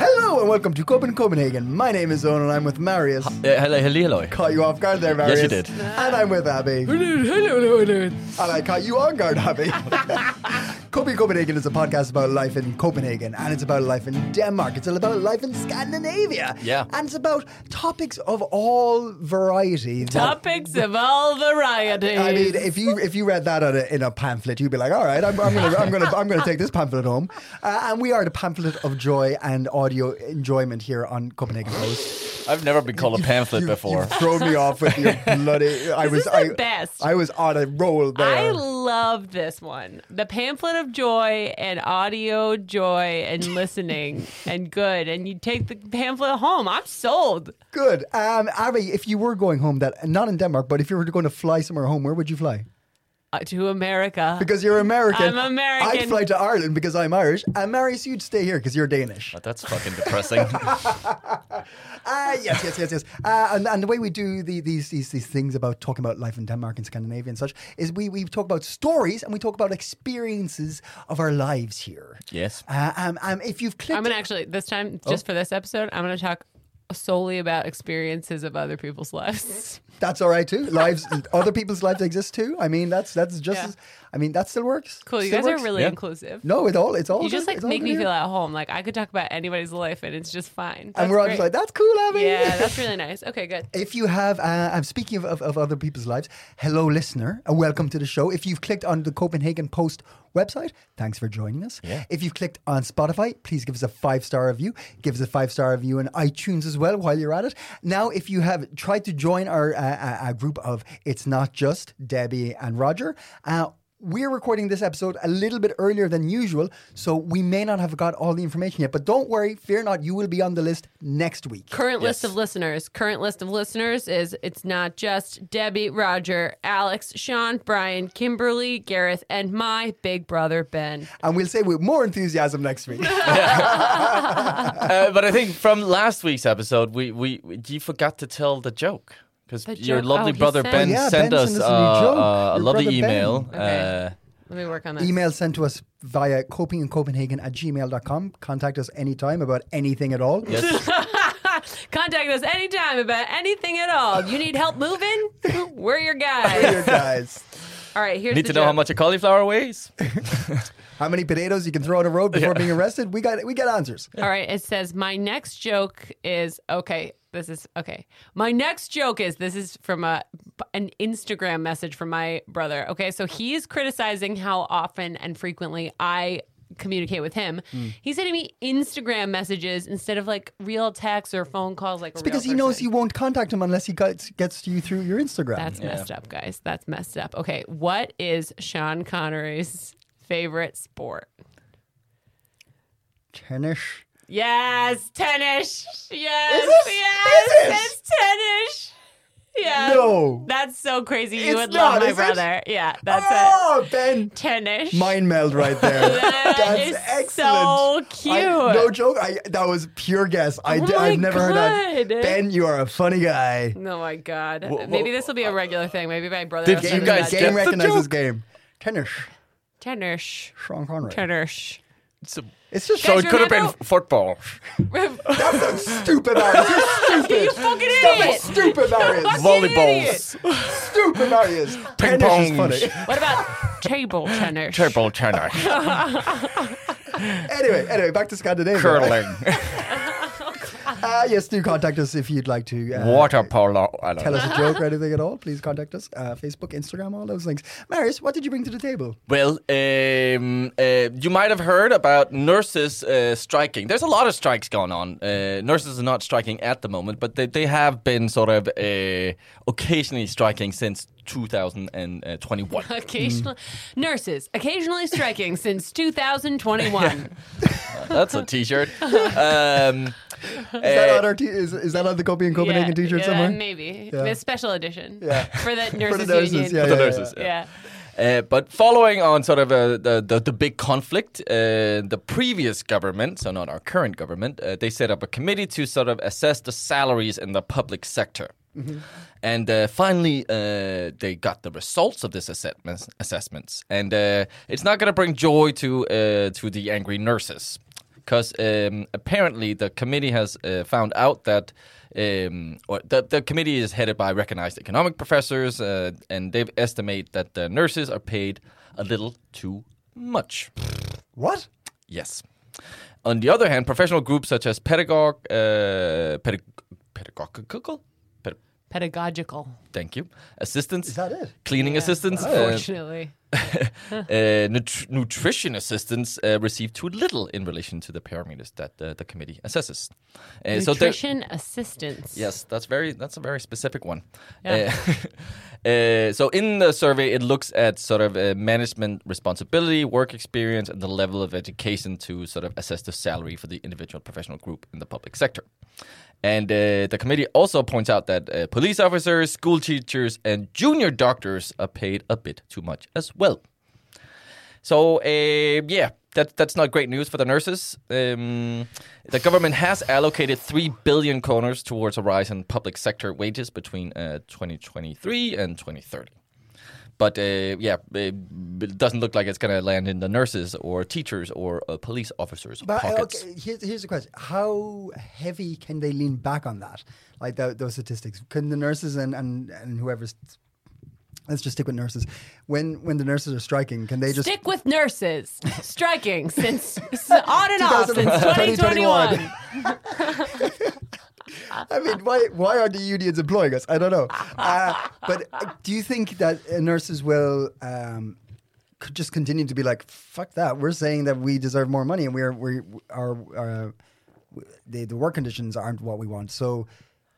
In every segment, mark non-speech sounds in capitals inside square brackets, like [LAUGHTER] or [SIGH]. welcome to Copenhagen, Copenhagen. My name is Owen and I'm with Marius. Yeah, Uh, hello, hello, hello. Caught you off guard there, Marius. you did. And I'm with Abby. And I caught you on guard, Abby. [LAUGHS] Copy Copenhagen is a podcast about life in Copenhagen, and it's about life in Denmark. It's about life in Scandinavia. Yeah. And it's about topics of all variety. that- Topics of all varieties. I mean, if you if you read that on a, in a pamphlet, you'd be like, "All right, I'm, I'm gonna I'm gonna I'm gonna take this pamphlet home." Uh, and we are the pamphlet of joy and audio enjoyment here on Copenhagen Post. I've never been called a pamphlet before. You've thrown me off with [LAUGHS] your bloody. I was is the I, best. I was on a roll I there. love this one. The pamphlet of joy and audio joy [LAUGHS] and listening and good. And you take the pamphlet home. I'm sold. Good, um, Abby. If you were going home, that not in Denmark, but if you were going to fly somewhere home, where would you fly? Uh, to America. Because you're American. I'm American. I'd fly to Ireland because I'm Irish, and Marius, you'd stay here because you're Danish. But Oh, that's fucking depressing. Ah, yes, yes, yes, yes. Uh, and, and the way we do the, these, these these things about talking about life in Denmark and Scandinavia and such is we, we talk about stories and we talk about experiences of our lives here. yes. Uh, um, um, if you've clicked, I'm going to actually, this time, Oh. just for this episode, I'm going to talk solely about experiences of other people's lives. [LAUGHS] that's all right too. Lives, [LAUGHS] other people's lives exist too. I mean, that's that's just. Yeah. As, I mean, that still works. Cool. You Still guys works. are really Yeah. inclusive. No, it all it's all. You just good. like It's all make good me here. feel at home. Like I could talk about anybody's life and it's just fine. And we're all That's just like, great. that's cool, Abby. Yeah, [LAUGHS] that's really nice. Okay, good. If you have, uh, I'm speaking of, of, of other people's lives. Hello, listener, and welcome to the show. If you've clicked on the Copenhagen Post website, thanks for joining us. Yeah. If you've clicked on Spotify, please give us a five star review. Give us a five star review on iTunes as well while you're at it. Now, if you have tried to join our uh, uh, uh, group of It's Not Just Debbie and Roger, uh, we're recording this episode a little bit earlier than usual, so we may not have got all the information yet. But don't worry, fear not, you will be on the list next week. Current list Yes. of listeners. Current list of listeners is it's not just Debbie, Roger, Alex, Sean, Brian, Kimberly, Gareth, and my big brother Ben. And we'll say with more enthusiasm next [LAUGHS] week. Uh, but I think from last week's episode, we, we, we- you forgot to tell the joke. Because The your joke? lovely Oh, he brother sent- Ben Yeah, sent Ben us sent us a uh, new joke. uh, a Your lovely brother Ben. email. Okay. Uh, Let me work on that. Email sent to us via coping in Copenhagen at gmail.com. Contact us anytime about anything at all. [LAUGHS] yes. Contact us anytime about anything at all. You need help moving? We're your guys. Here, guys. All right, here's Need to the know how joke. much a cauliflower weighs? How many potatoes you can throw on a road before being arrested? We got we got answers. All right, it says my next joke is okay. This is okay. My next joke is this is from a an Instagram message from my brother. Okay, so he is criticizing how often and frequently I communicate with him. He's sending me Instagram messages instead of like real texts or phone calls. Like a It's because real he knows person. you won't contact him unless he gets, gets to you through your Instagram. That's messed up, guys. That's messed up. Okay, what is Sean Connery's favorite sport? tennis. Yes, tennis. Yes, Is it? yes, Is it's tennis. Yeah. No. That's so crazy. You It's would not, love my is it? brother. Yeah, that's it. oh, Ben. Tennis. Mind meld right there. [LAUGHS] That That's is excellent. so I- cute. no joke. I, that was pure guess. I, Oh d- my I've never heard that. God. Ben, you are a funny guy. oh my god. Wha- wha- Maybe this will be a regular thing. Maybe my brother. Did will you send Game, me guys that. get game the recognizes joke? game. Tennis. tennis? Sean Connery. Tennis. [LAUGHS] It's a- It's just so Guys, it could have been remember- football. That's [LAUGHS] so stupid, Marius. You're stupid. you fucking Stop it. idiot. Stupid, Marius. [LAUGHS] Volleyballs. stupid, Marius. Ping Tennis is pongs. funny. What about table tennis? Turbo tenor. Anyway, anyway, back to Scandinavia. Curling. Uh, yes, do contact us if you'd like to. Uh, Water polo. I don't Tell know. us a joke or anything at all. Please contact us. Uh, Facebook, Instagram, all those things. Marius, what did you bring to the table? Well, um, uh, you might have heard about nurses uh, striking. There's a lot of strikes going on. Uh, nurses are not striking at the moment, but they, they have been sort of uh, occasionally striking since uh, [LAUGHS] 2021. Occasionally, Mm. nurses occasionally striking since 2021. That's a [LAUGHS] T-shirt. Um, Is that uh, on our t- is, is that on the Copy and Copenhagen T-shirt yeah, somewhere? Maybe Yeah. a special edition. Yeah. [LAUGHS] for the nurses nurses, union. yeah, for the yeah, nurses. yeah. Uh, but following on sort of uh, the, the the big conflict, uh, the previous government, so not our current government, uh, they set up a committee to sort of assess the salaries in the public sector. And uh, finally, uh, they got the results of this assessments. Assessments, and uh, it's not going to bring joy to uh, to the angry nurses because um, apparently the committee has uh, found out that. Um, or the, the committee is headed by recognized economic professors, uh, and they estimate that the nurses are paid a little too much. What? Yes. On the other hand, professional groups such as pedagogue, uh, pedag- pedagogical, ped- Pedagogical, thank you, assistants, Is that it? cleaning assistants, uh, unfortunately. uh, nut- nutrition assistants uh, receive too little in relation to the parameters that uh, the committee assesses. Uh, so there- Nutrition assistance. Yes, that's very that's a very specific one. Yeah. Uh, [LAUGHS] uh, so in the survey, it looks at sort of uh, management responsibility, work experience, and the level of education to sort of assess the salary for the individual professional group in the public sector. And uh, the committee also points out that uh, police officers, school teachers, and junior doctors are paid a bit too much as well. So uh, yeah, that that's not great news for the nurses. Um, the government has allocated three billion kroners towards a rise in public sector wages between uh, 2023 and 2030. But uh, yeah, it it doesn't look like it's going to land in the nurses or teachers or uh, police officers' But uh, pockets. okay, here's, here's the question: How heavy can they lean back on that? Like tho- those statistics? Can the nurses and and and whoever's let's just stick with nurses when when the nurses are striking? Can they just Stick with nurses [LAUGHS] striking since s- on and off since [LAUGHS] 2021. 2021. [LAUGHS] I mean, why why are the unions employing us? I don't know. Uh, but uh, do you think that uh, nurses will um, could just continue to be like, "Fuck that"? We're saying that we deserve more money, and we're we are our the the work conditions aren't what we want. So,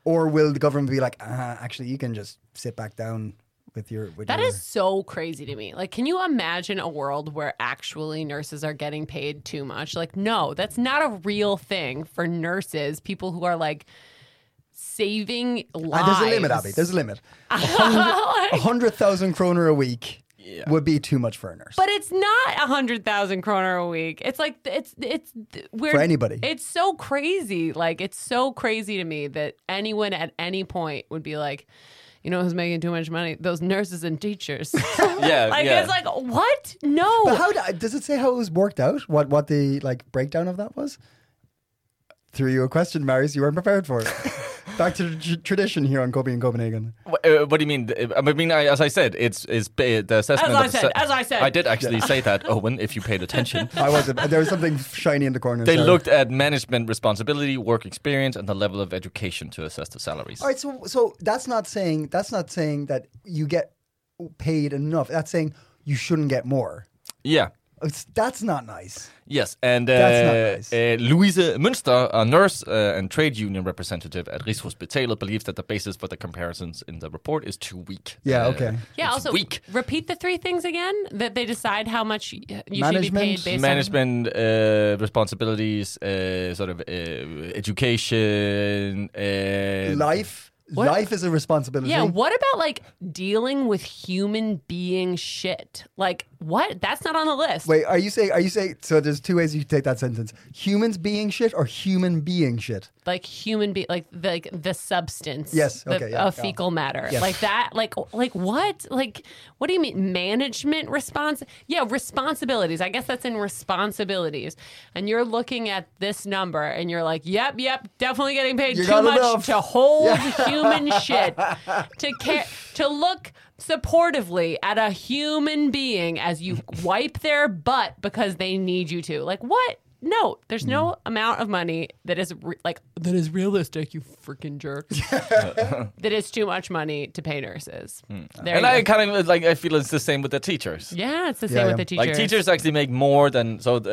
or will the government be like, uh, "Actually, you can just sit back down with your"? With That your, is so crazy to me. Like, can you imagine a world where actually nurses are getting paid too much? Like, no, that's not a real thing for nurses, people who are like saving Uh, lives. there's a limit, Abby. There's a limit. A [LAUGHS] hundred- A hundred thousand kroner a week would be too much for a nurse. But it's not a hundred thousand kroner a week. It's like it's it's we're, For anybody. It's so crazy. Like it's so crazy to me that anyone at any point would be like, you know, who's making too much money? Those nurses and [LAUGHS] teachers. [LAUGHS] yeah, [LAUGHS] like yeah. it's like what? No. But how do- does it say how it was worked out? What what the like breakdown of that was? Threw you a question, Marius. You weren't prepared for [LAUGHS] it. Back to the tr- tradition here on Kobe in Copenhagen. Wh- uh, what do you mean? I mean, I, as I said, it's it's ba- the assessment. As I of said, sa- as I said. I did actually say [LAUGHS] that, Owen. If you paid attention. I wasn't. There was something shiny in the corner. They sorry. looked at management responsibility, work experience, and the level of education to assess the salaries. All right. So so that's not saying that's not saying that you get paid enough. That's saying you shouldn't get more. Yeah. It's, that's not nice. Yes, and uh, That's not nice. uh, Louise Münster, a nurse uh, and trade union representative at Rigshospitalet, believes that the basis for the comparisons in the report is too weak. Yeah, Uh, okay. yeah. it's Also, weak. repeat the three things again that they decide how much you should be Management. paid based on. Management uh, responsibilities, uh, sort of uh, education, uh, Life What? life is a responsibility. Yeah, what about like dealing with human being shit? Like what? That's not on the list. Wait, are you saying? Are you saying? So there's two ways you can take that sentence: humans being shit or human being shit. like human be like the, like the substance Yes, the- okay, yeah, of yeah. fecal matter Yes. like that like like what like what do you mean management response yeah responsibilities i guess that's in responsibilities and you're looking at this number and you're like yep yep definitely getting paid You too got much enough. to hold human shit to care to look supportively at a human being as you wipe their butt because they need you to like what no there's Mm. no amount of money that is re- like that is realistic you freaking [LAUGHS] jerks that is too much money to pay nurses there Hmm. and you I go. kind of like I feel it's the same with the teachers. yeah it's the same Yeah, with yeah. the teachers Like teachers actually make more than so uh,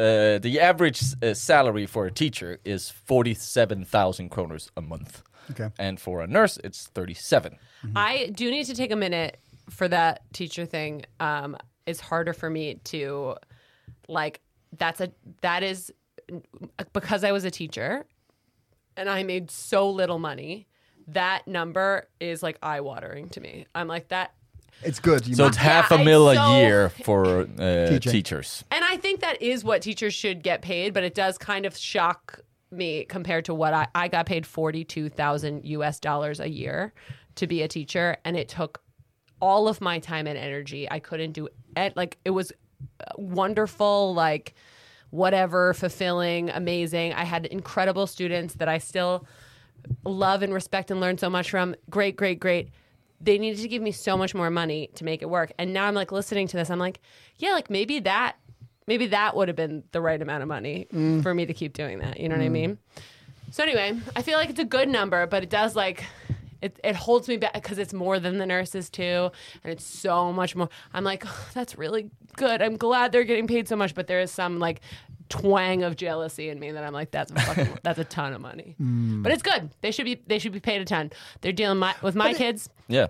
the average uh, salary for a teacher is forty seven thousand kroners a month, Okay. and for a nurse it's thirty seven. I do need to take a minute for that teacher thing. Um, it's harder for me to like that's a that is because I was a teacher and I made so little money. That number is like eye watering to me. I'm like that It's good. You So might- it's half I- a mil so- a [LAUGHS] year for uh, Teaching. teachers. And I think that is what teachers should get paid, but it does kind of shock me compared to what I, I got paid 42,000 US dollars a year to be a teacher. And it took all of my time and energy. I couldn't do it. Like, it was uh, wonderful, like, whatever, fulfilling, amazing. I had incredible students that I still love and respect and learn so much from. Great, great, great. They needed to give me so much more money to make it work. And now I'm like listening to this, I'm like, yeah, like maybe that maybe that would have been the right amount of money for me to keep doing that. You know what I mean? So anyway, I feel like it's a good number, but it does like it, it holds me back because it's more than the nurses too, and it's so much more. I'm like, "Oh, that's really good. I'm glad they're getting paid so much, but there is some like twang of jealousy in me that I'm like, that's a fucking, that's a ton of money, but it's good. They should be they should be paid a ton. They're dealing my, with my kids, [LAUGHS] Yeah.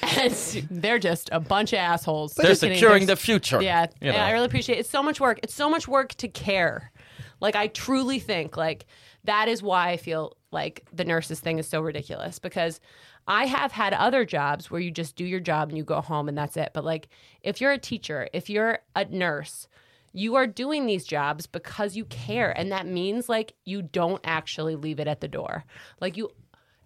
and they're just a bunch of assholes. They're Just kidding. securing They're- the future. yeah, you yeah, I know. really appreciate it. It's so much work. It's so much work to care. Like I truly think like that is why I feel like the nurses thing is so ridiculous because I have had other jobs where you just do your job and you go home and that's it. But like if you're a teacher, if you're a nurse, you are doing these jobs because you care and that means like you don't actually leave it at the door. Like you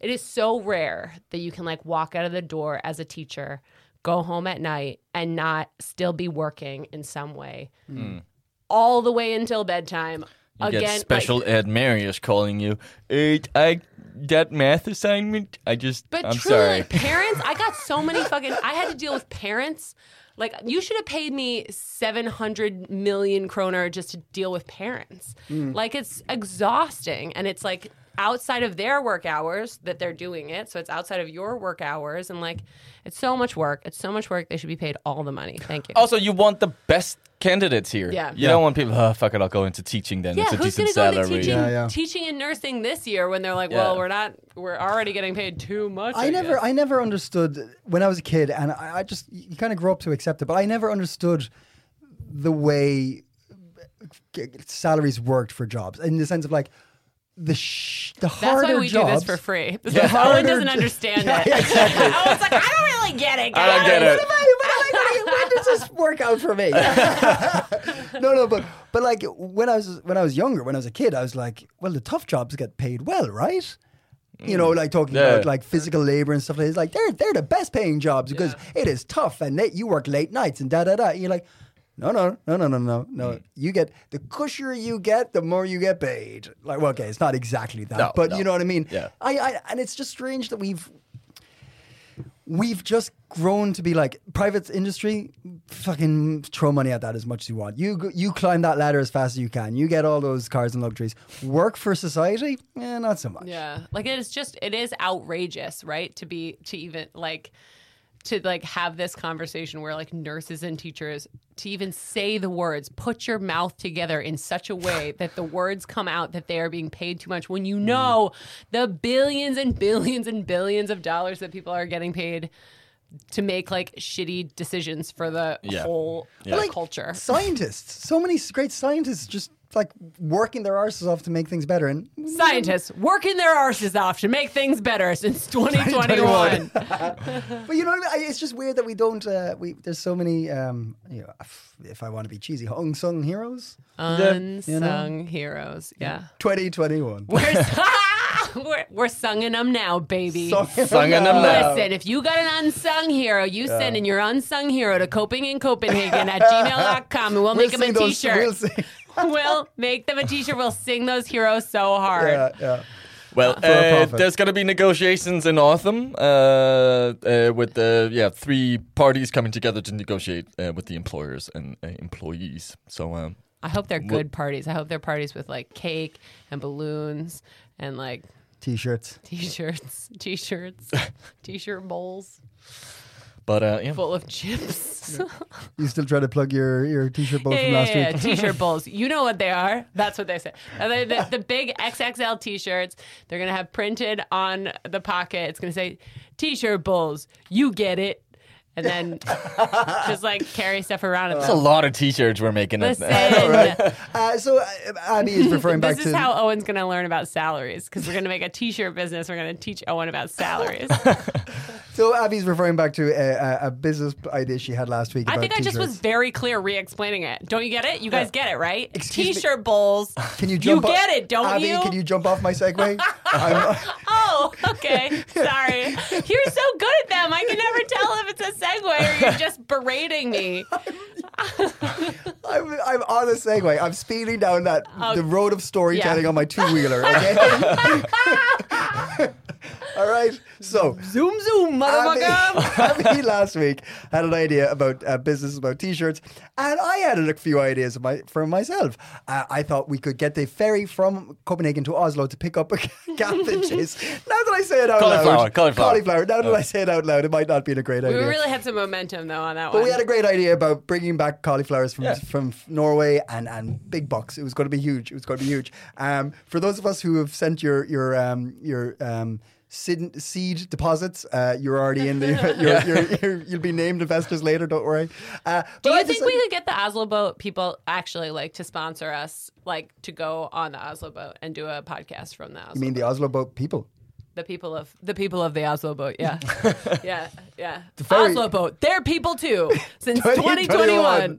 it is so rare that you can like walk out of the door as a teacher, go home at night, and not still be working in some way all the way until bedtime. Hmm. You Again, get like- special ed Marius calling you. "It- I that math assignment. I just. but I'm truly, sorry. [LAUGHS] like, parents, I got so many fucking. I had to deal with parents. Like you should have paid me seven hundred million kroner just to deal with parents. Mm. Like it's exhausting, and it's like outside of their work hours that they're doing it. So it's outside of your work hours, and like it's so much work. It's so much work. They should be paid all the money. Thank you. Also, you want the best candidates here. Yeah. You don't want people. Oh, fuck it. I'll go into teaching then. Yeah, it's a who's decent going to go into salary. teaching, Yeah, yeah. teaching and nursing this year when they're like, Yeah. well, we're not, we're already getting paid too much. I never, guess. I never understood when I was a kid, and I, I just you kind of grow up to accept it. But I never understood the way g- salaries worked for jobs in the sense of like the sh- the That's harder why we jobs. do this [LAUGHS] for free. This is Owen doesn't Harder- understand Yeah, it. exactly. [LAUGHS] I was like, I don't really get it. I don't get guys." it. Why- why does this work out for me? [LAUGHS] no, no, but but like when I was when I was younger, when I was a kid, I was like, well, the tough jobs get paid well, right? You know, like talking Yeah. about like physical labor and stuff like this. Like they're they're the best paying jobs because it is tough and they, you work late nights and da da da. And you're like, no, no, no, no, no, no, no. You get the cushier you get, the more you get paid. Like, well, okay, it's not exactly that, No, but no. you know what I mean. Yeah. I, I and it's just strange that we've we've just grown to be like private industry fucking throw money at that as much as you want you go- you climb that ladder as fast as you can you get all those cars and luxuries work for society eh, not so much Yeah. Like it is just it is outrageous, right? To be to even like to like have this conversation where like nurses and teachers to even say the words put your mouth together in such a way that the words come out that they are being paid too much when you Mm. know the billions and billions and billions of dollars that people are getting paid to make like shitty decisions for the Yeah. whole Yeah. Like, culture [LAUGHS] scientists so many great scientists just like working their arses off to make things better and scientists working their arses off to make things [LAUGHS] better since 2021 but you know what I mean? I- it's just weird that we don't uh, we there's so many um you know if- if i want to be cheesy unsung heroes Unsung you know? heroes. Yeah. 2021 We're, [LAUGHS] we're, we're sunging them now, baby. Sunging them now. Listen, if you got an unsung hero, you send in your unsung hero to coping in [LAUGHS] Copenhagen at gmail.com and we'll, make them a sing those- t shirt. we'll sing- [LAUGHS] We'll, make them a t shirt. We'll sing those heroes so hard. yeah, yeah. Well, a uh, profit. there's going to be negotiations in autumn uh, uh, with the yeah three parties coming together to negotiate uh, with the employers and uh, employees. So um, I hope they're good parties. I hope they're parties with like cake and balloons and like T-shirts. t [LAUGHS] shirts, [LAUGHS] t shirts, t shirt bowls but uh, yeah, full of [LAUGHS] chips. You still try to plug your, your T-shirt bowl Yeah, from yeah, last yeah, week? [LAUGHS] T-shirt bowls. You know what they are. That's what they say. And they- The, the big XXL T-shirts. They're gonna have printed on the pocket. It's gonna say T-shirt bowls. You get it. [LAUGHS] And then just like carry stuff around. And it's a lot of t-shirts we're making. at- listen, Uh, so uh, Abby [LAUGHS] is referring back this to is how Owen's gonna learn about salaries because we're gonna make a T-shirt business. We're gonna teach Owen about salaries. so Abby's referring back to a, a, a business idea she had last week. I about think I just was t-shirts. very clear re-explaining it. Don't you get it? You guys get it, right? Excuse me. [LAUGHS] T-shirt bowls. Can you jump? get off- it, don't Abby, you? Can you jump off my [LAUGHS] segue? I'm, Oh, okay. Sorry. You're so good at them. I can never tell if it's a segue [LAUGHS] or you're just berating me. I'm, I'm on a segue. I'm speeding down that the road of storytelling Oh, yeah. on my two wheeler. [LAUGHS] Okay. [LAUGHS] All right. So. Zoom, zoom, Abby, [LAUGHS] motherfucker. Abby last week had an idea about uh, business about t-shirts, and I had a few ideas of my, for myself. Uh, I thought we could get the ferry from Copenhagen to Oslo to pick [LAUGHS] up [LAUGHS] cabbages. now that I say it out Cauliflower, loud, cauliflower. Now that I say it out loud, it might not be a great Oh. [LAUGHS] We idea. really had some momentum though on that But one. we had a great idea about bringing back cauliflowers from Yeah. from Norway and and big bucks. It was going to be huge. It was going to be huge. Um, for those of us who have sent your your um, your um, seed, seed deposits, uh, you're already in the. You're, you're, you're, you'll be named investors later. Don't worry. Uh, but Do you I think just- we could get the Oslo boat people actually like to sponsor us, like to go on the Oslo boat and do a podcast from the Oslo? I mean, the Oslo boat people. the people of the people of the Oslo boat, yeah, yeah, yeah. ferry- Oslo boat, they're people too since [LAUGHS] 2021. 2021.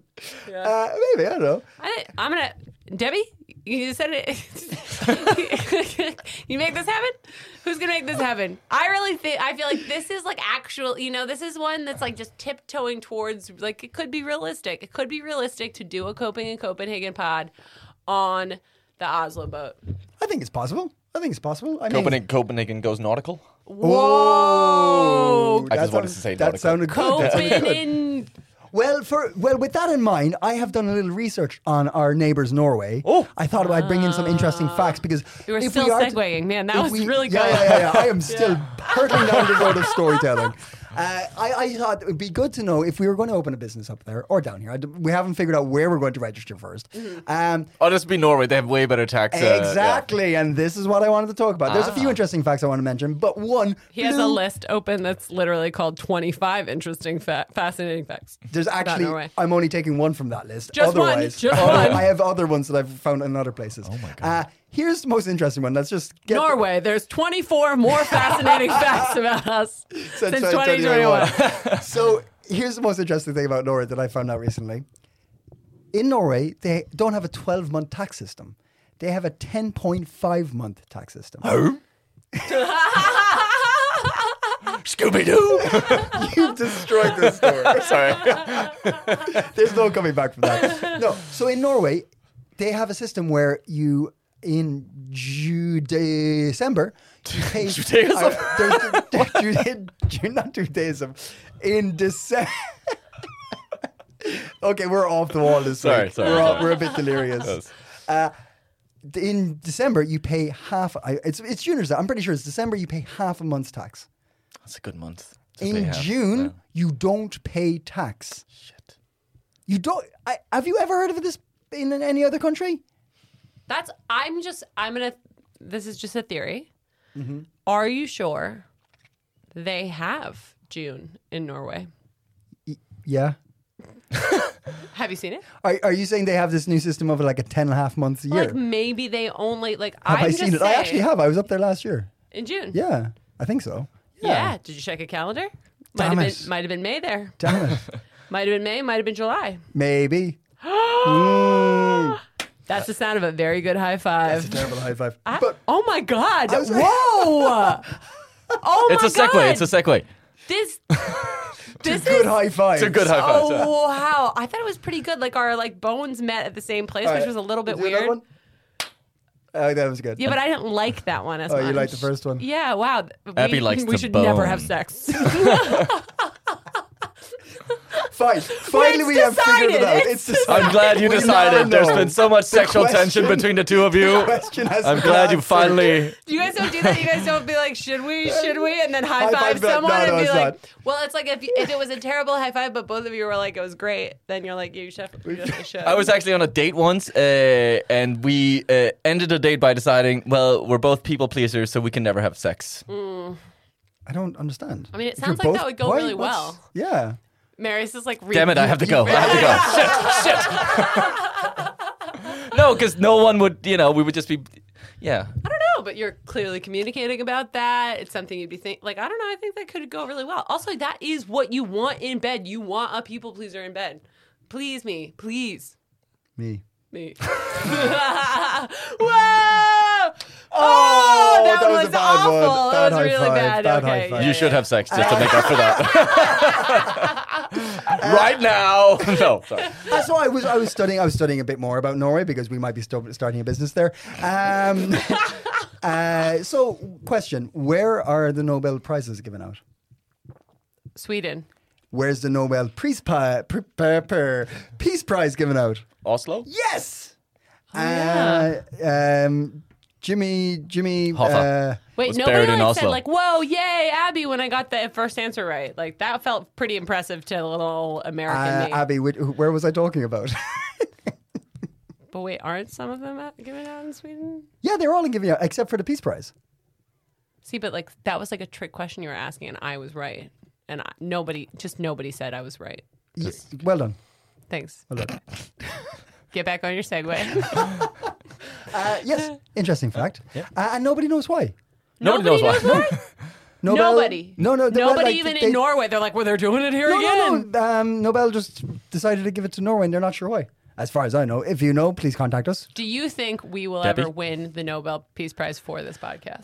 [LAUGHS] Uh, maybe I don't know. I, I'm gonna Debbie. You said it. [LAUGHS] you make this happen. Who's gonna make this happen? I really think. I feel like this is like actual. You know, this is one that's like just tiptoeing towards. Like it could be realistic. It could be realistic to do a coping in Copenhagen pod on the Oslo boat. I think it's possible. I think it's possible. I mean, Copenhagen, Copenhagen goes nautical. Whoa! I Oh, That just wanted sounded- to say that nautical. sounded good. That sounded Copenhagen. good. Well, for well, with that in mind, I have done a little research on our neighbors, Norway. Oh. I thought I'd bring in some interesting facts because Ah. You were if still we are to- segueing, man. That if was we- really good. yeah, Yeah, yeah, yeah. [LAUGHS] I am still hurtling down the road of storytelling. Uh, I, I thought it would be good to know if we were going to open a business up there or down here. I d we haven't figured out where we're going to register 1st Mm-hmm. Um, Oh, just be Norway. They have way better tax. uh, yeah. [LAUGHS] exactly, and this is what I wanted to talk about. There's a few interesting facts I want to mention, but one Ah. He has a blew list open that's literally called 25 interesting, fa- fascinating facts. There's actually, Norway. I'm only taking one from that list. Just one, Otherwise, just other- I one. have other ones that I've found in other places. Oh my god! Uh, here's the most interesting one. Let's just get [LAUGHS] Norway, there's 24 more fascinating facts about us since 2021. 2021. so here's the most interesting thing about Norway that I found out recently. In Norway, they don't have a 12 month tax system. They have a 10.5 month tax system. [LAUGHS] Scooby Doo. You've destroyed this story. [LAUGHS] Sorry. There's no coming back from that. No. So in Norway, they have a system where you in Ju- December you [LAUGHS] pay Judaism? Uh, [LAUGHS] there's- [LAUGHS] there's Ju- Ju- not Judaism. In December. [LAUGHS] okay, we're off the wall this Sorry, week. sorry, we're, all- sorry. we're a bit delirious. Uh, in December, you pay half. I, it's it's June or so. I'm pretty sure it's December. You pay half a month's tax. That's a good month. to pay In half. June, Yeah. you don't pay tax. Shit. You don't. I, have you ever heard of this in any other country? [LAUGHS] That's, I'm just, I'm going to, this is just a theory. Mm-hmm. Are you sure they have June in Norway? Yeah. Have you seen it? Are, are you saying they have this new system of like a 10 and a half months a year? Like maybe they only, like, have I'm I just seen it? I actually saying- have. I was up there last year. In June. Yeah, I think so. Yeah. Did you check a calendar? Might Damn have it. been, might have been May there. Damn it. Might have been May. Might have been July. Maybe. Mm. That's the sound of a very good high That's a five. terrible high five. I- But oh my god! was- Whoa! [LAUGHS] oh It's my a segue. god! It's a segue. this. this is. good high five. It's a good high five. yeah. Oh wow! I thought it was pretty good. Like our like bones met at the same place, which was a little bit Do another weird. one? Oh, that was good. Yeah, but I didn't like that one as Oh, much. you liked the first one? Yeah. Wow. We, Abby likes We the should never have bone. sex. [LAUGHS] Fine. Finally, it's we have figured it decided. out. It's It's decided. I'm glad you We now decided. There's know. been so much The sexual tension question- between the two of [LAUGHS] you. the question [LAUGHS] has I'm been glad you answered. finally. You guys don't do that. You guys don't be like, should we? Should we? And then high High five five, but someone no, no, and be it's like, not. well, it's like if, if it was a terrible high five, but both of you were like, it was great, then you're like, you should. You definitely should. I was actually on a date once, uh, and we uh, ended the date by deciding, well, we're both people pleasers, so we can never have sex. I don't understand. I mean, it sounds like that would go really well. Yeah. Mary's is like, re- Damn it! I have to go. I have to go. [LAUGHS] shit! Shit! no, because no one would. You know, we would just be. Yeah. I don't know, but you're clearly communicating about that. It's something you'd be think like, I don't know. I think that could go really well. Also, that is what you want in bed. You want a people pleaser in bed. Please me, please Me. me. [LAUGHS] Whoa! Oh, that one was awful. That was high really five, bad. Bad Okay, high five. yeah. [LAUGHS] You should have sex just to make up for that. right now. [LAUGHS] No, sorry. Uh, so I was I was studying I was studying a bit more about Norway because we might be sto- starting a business there. Um, [LAUGHS] uh, so, question: Where are the Nobel prizes given out? Sweden. Where's the Nobel Peace, Pi- Pr- Pr- Pr- Peace Prize given out? Oslo? Yes. Oh, yeah. Uh, um, Jimmy Jimmy. Hoffa. Uh, Wait, was nobody buried in like said Oslo. like, "Whoa, yay, Abby!" When I got the first answer right, like that felt pretty impressive to little American uh, me. Abby, wh- where was I talking about? [LAUGHS] but wait, aren't some of them out- given out in Sweden? yeah, they're all giving out except for the Peace Prize. See, but like that was like a trick question you were asking, and I was right, and I, nobody, just nobody said I was right. Y- well done. Thanks. Well done. Get back on your segue. Uh, [LAUGHS] [LAUGHS] yes, interesting fact. Uh, and nobody knows why. [LAUGHS] Nobody knows why. Nobel, Nobody. [LAUGHS] No, no. the- well, Nobody like, even they- in Norway. They're like, well, they're doing it here No, again. no, no. Um, Nobel just decided to give it to Norway, and they're not sure why. As far as I know, if you know, please contact us. Do you think we will Debbie? ever win the Nobel Peace Prize for this podcast?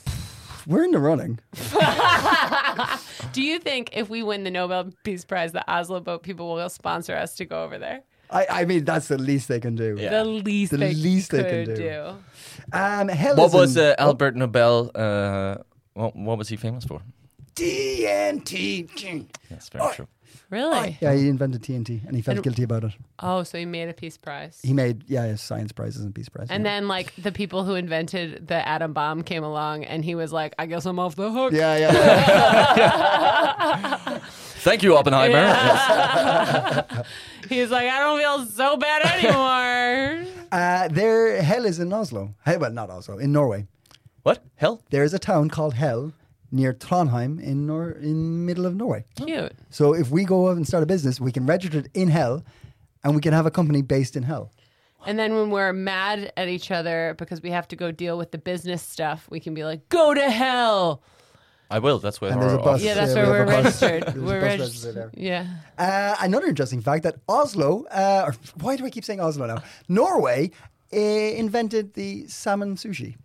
We're in the running. [LAUGHS] Do you think if we win the Nobel Peace Prize, the Oslo boat people will sponsor us to go over there? I, I mean, that's the least they can do. Yeah. The least The they least they could can do. do. Um, hell [LAUGHS] What is in- was uh, Albert Nobel? Uh, what, what was he famous for? TNT. That's very true. Really? Yeah, he invented TNT, and he felt guilty about it. Oh, so he made a Peace Prize. He made yeah, yeah, science prizes and peace prizes. And then, like, the people who invented the atom bomb came along, and he was like, I guess I'm off the hook. yeah, yeah. yeah. [LAUGHS] Thank you, Oppenheimer. Yes. [LAUGHS] He's like, I don't feel so bad anymore. Uh, there, hell is in Oslo. Hey, well, not Oslo, in Norway. What? Hell? There is a town called Hell near Trondheim in Nor- in middle of Norway. [LAUGHS] Cute. So if we go out and start a business, we can register it in Hell, and we can have a company based in Hell. And then when we're mad at each other because we have to go deal with the business stuff, we can be like, go to hell. I will. That's where And our there's a bus. office- Yeah, that's Yeah, we where we're have a bus- registered. there's a bus We're registered registered. there. Yeah. Uh, another interesting fact that Oslo, uh, or [LAUGHS] why do I keep saying Oslo now? Norway uh, invented the salmon sushi.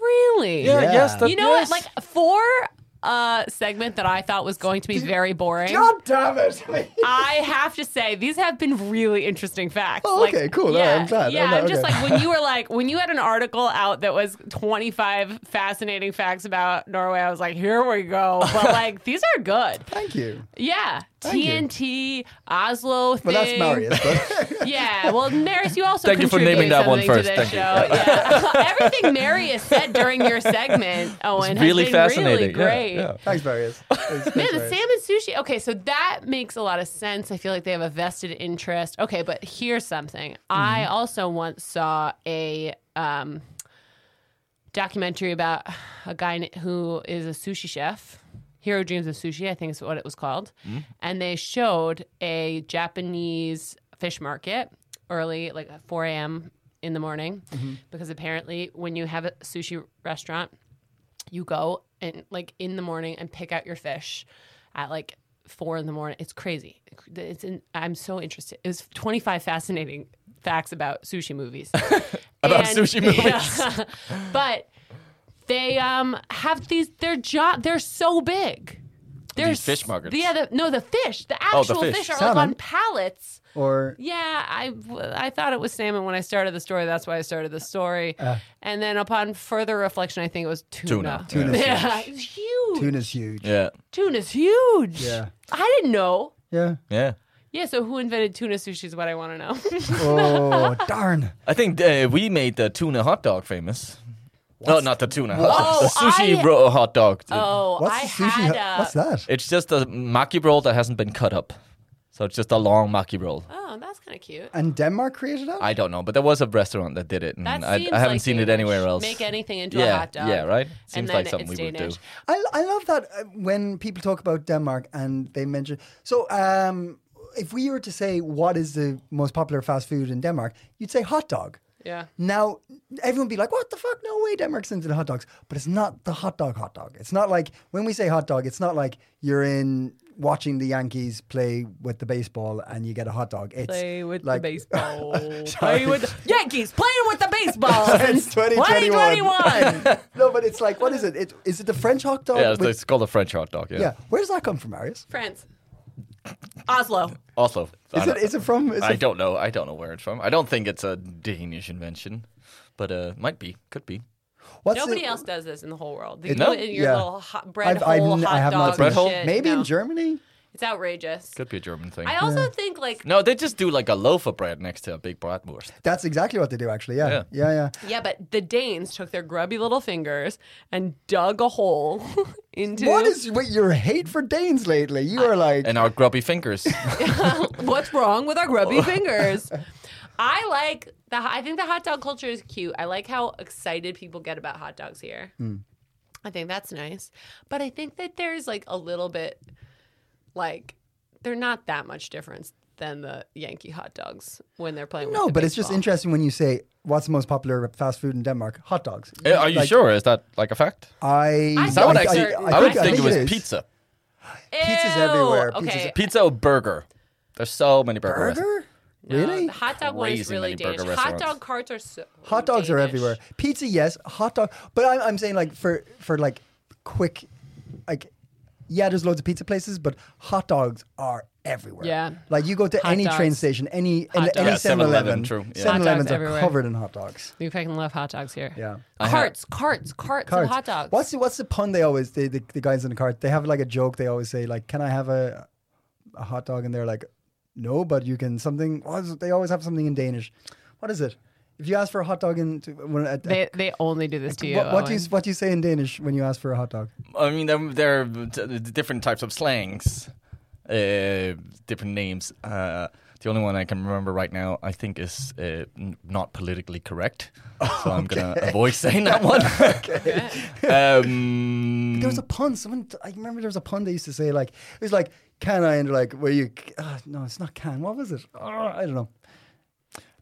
Really? Yeah, Yeah. Yes. That, You know yes. what? Like, for a segment that I thought was going to be very boring. God damn it! [LAUGHS] I have to say, these have been really interesting facts. Oh, okay, cool. All right, I'm glad. Yeah, I'm not- just okay. like when [LAUGHS] you were like when you had an article out that was 25 fascinating facts about Norway. I was like, here we go. But like these [LAUGHS] are good. Thank you. Yeah, Thank you. TNT Oslo thing. Well, that's Marius, [LAUGHS] but [LAUGHS] Yeah, well, Marius, you also Thank you for naming contributed that one something to first. Thank this you. show. Yeah. [LAUGHS] Everything Marius said during your segment, Owen, has really been fascinating. really Yeah, great. yeah. thanks, [LAUGHS] Marius. Thanks, thanks, Man, the Marius. salmon sushi. Okay, so that makes a lot of sense. I feel like they have a vested interest. Okay, but here's something. I also once saw a um, documentary about a guy n- who is a sushi chef. Hero Dreams of Sushi, I think is what it was called. And they showed a Japanese fish market early, like at 4 a.m. in the morning, because apparently when you have a sushi restaurant, you go and like in the morning and pick out your fish at like four in the morning. It's crazy. It's in, I'm so interested. It was 25 fascinating facts about sushi movies. [LAUGHS] About sushi movies. Yeah. [LAUGHS] but they um have these. Their job. They're so big. They're These fish s- markets. Yeah, the, no, the fish. The Oh, actual the fish. fish. are like Salmon. on pallets. Or Yeah, I, I thought it was salmon when I started the story. That's why I started the story. Uh. and then upon further reflection, I think it was tuna. Tuna. Tuna's yeah, [LAUGHS] it's huge. tuna's huge. Yeah. Tuna's huge. Yeah. I didn't know. Yeah. Yeah. Yeah, so who invented tuna sushi is what I want [LAUGHS] to know. Oh [LAUGHS] darn! I think uh, we made the tuna hot dog famous. No, not the tuna hot dog. [LAUGHS] The Oh, sushi I- ro- hot dog. oh, What's I the sushi? had ho- a. What's that? It's just a maki roll that hasn't been cut up. So it's just a long maki roll. Oh, that's kind of cute. And Denmark created that. I don't know, but there was a restaurant that did it, and That I, seems I haven't like seen it Danish. anywhere else. Make anything into yeah, a hot dog. yeah, right. and Seems then like something we it's would do. Danish. I, I love that uh, when people talk about Denmark and they mention. So, um, if we were to say what is the most popular fast food in Denmark, you'd say hot dog. Yeah. Now, everyone would be like, what the fuck? No way Denmark's into the hot dogs. But it's not the hot dog hot dog. It's not like, when we say hot dog, it's not like you're in watching the Yankees play with the baseball and you get a hot dog. It's Play with like, [LAUGHS] the baseball. Sorry. Play with the Yankees playing [LAUGHS] with the baseball. since It's 2021. 2021. no, but it's like, what is it? it is it the French hot dog? Yeah, it's, with- it's called a French hot dog. Yeah. yeah. Where does that come from, Marius? France. Oslo. Oslo. I Is it, don't- is it from? Is I it, don't know. I don't know where it's from. I don't think it's a Danish invention, but uh, might be. Could be. what's Nobody it- else does this in the whole world. It- You put no? it in your Yeah. little hot, bread I've- I've hole, n- hot I have not dog seen Bread hole? shit. Maybe No. in Germany. It's outrageous. Could be a German thing. I also think like no, they just do like a loaf of bread next to a big bratwurst. That's exactly what they do, actually. Yeah, Yeah. yeah, yeah. yeah, but the Danes took their grubby little fingers and dug a hole [LAUGHS] into What is with your hate for Danes lately? You are like, And our [LAUGHS] grubby fingers. What's wrong with our grubby fingers? I like the. I think the hot dog culture is cute. I like how excited people get about hot dogs here. Hmm. I think that's nice, but I think that there's like a little bit, like they're not that much difference than the Yankee hot dogs when they're playing. no, with the but it's just baseball. interesting when you say what's the most popular fast food in Denmark? Hot dogs. Eh, Are you Like, sure? Is that like a fact? I I I would I- actually. I- I, I would think- I think, think it was it is. pizza. Pizzas Ew. everywhere. Pizzas- Okay. Pizza or burger. There's so many burger. restaurants. Burger? No, Really? the hot dog one is Crazy really many burger Danish. Hot restaurants. dog carts are so. Hot dogs are Danish. everywhere. Pizza, yes. Hot dog, but I'm, I'm saying like for for like quick, like yeah, there's loads of pizza places, but hot dogs are everywhere. Yeah. like you go to Hot any train dogs. station, any Hot any dogs. Yeah, 7-Eleven, 7-Eleven, true. Yeah. Hot dogs 7-Elevens are everywhere. covered in hot dogs. We fucking love hot dogs here. Yeah. Carts, carts, carts, Carts. of hot dogs. What's the, what's the pun they always the, the the guys in the cart? They have like a joke. They always say like, "Can I have a a hot dog?" And they're like, "No, but you can something." what is it? They always have something in Danish. What is it? If you ask for a hot dog in, to, when, at, they, they only do this to you. what, what do you Owen. what do you say in Danish when you ask for a hot dog? I mean, there, there are d- different types of slangs, uh, different names. Uh, the only one I can remember right now, I think, is uh, n- not politically correct. So I'm going to avoid saying [LAUGHS] that one. um, There was a pun. Someone I remember there was a pun they used to say like it was like can I and they're like where you uh, no it's not can what was it Ah, I don't know.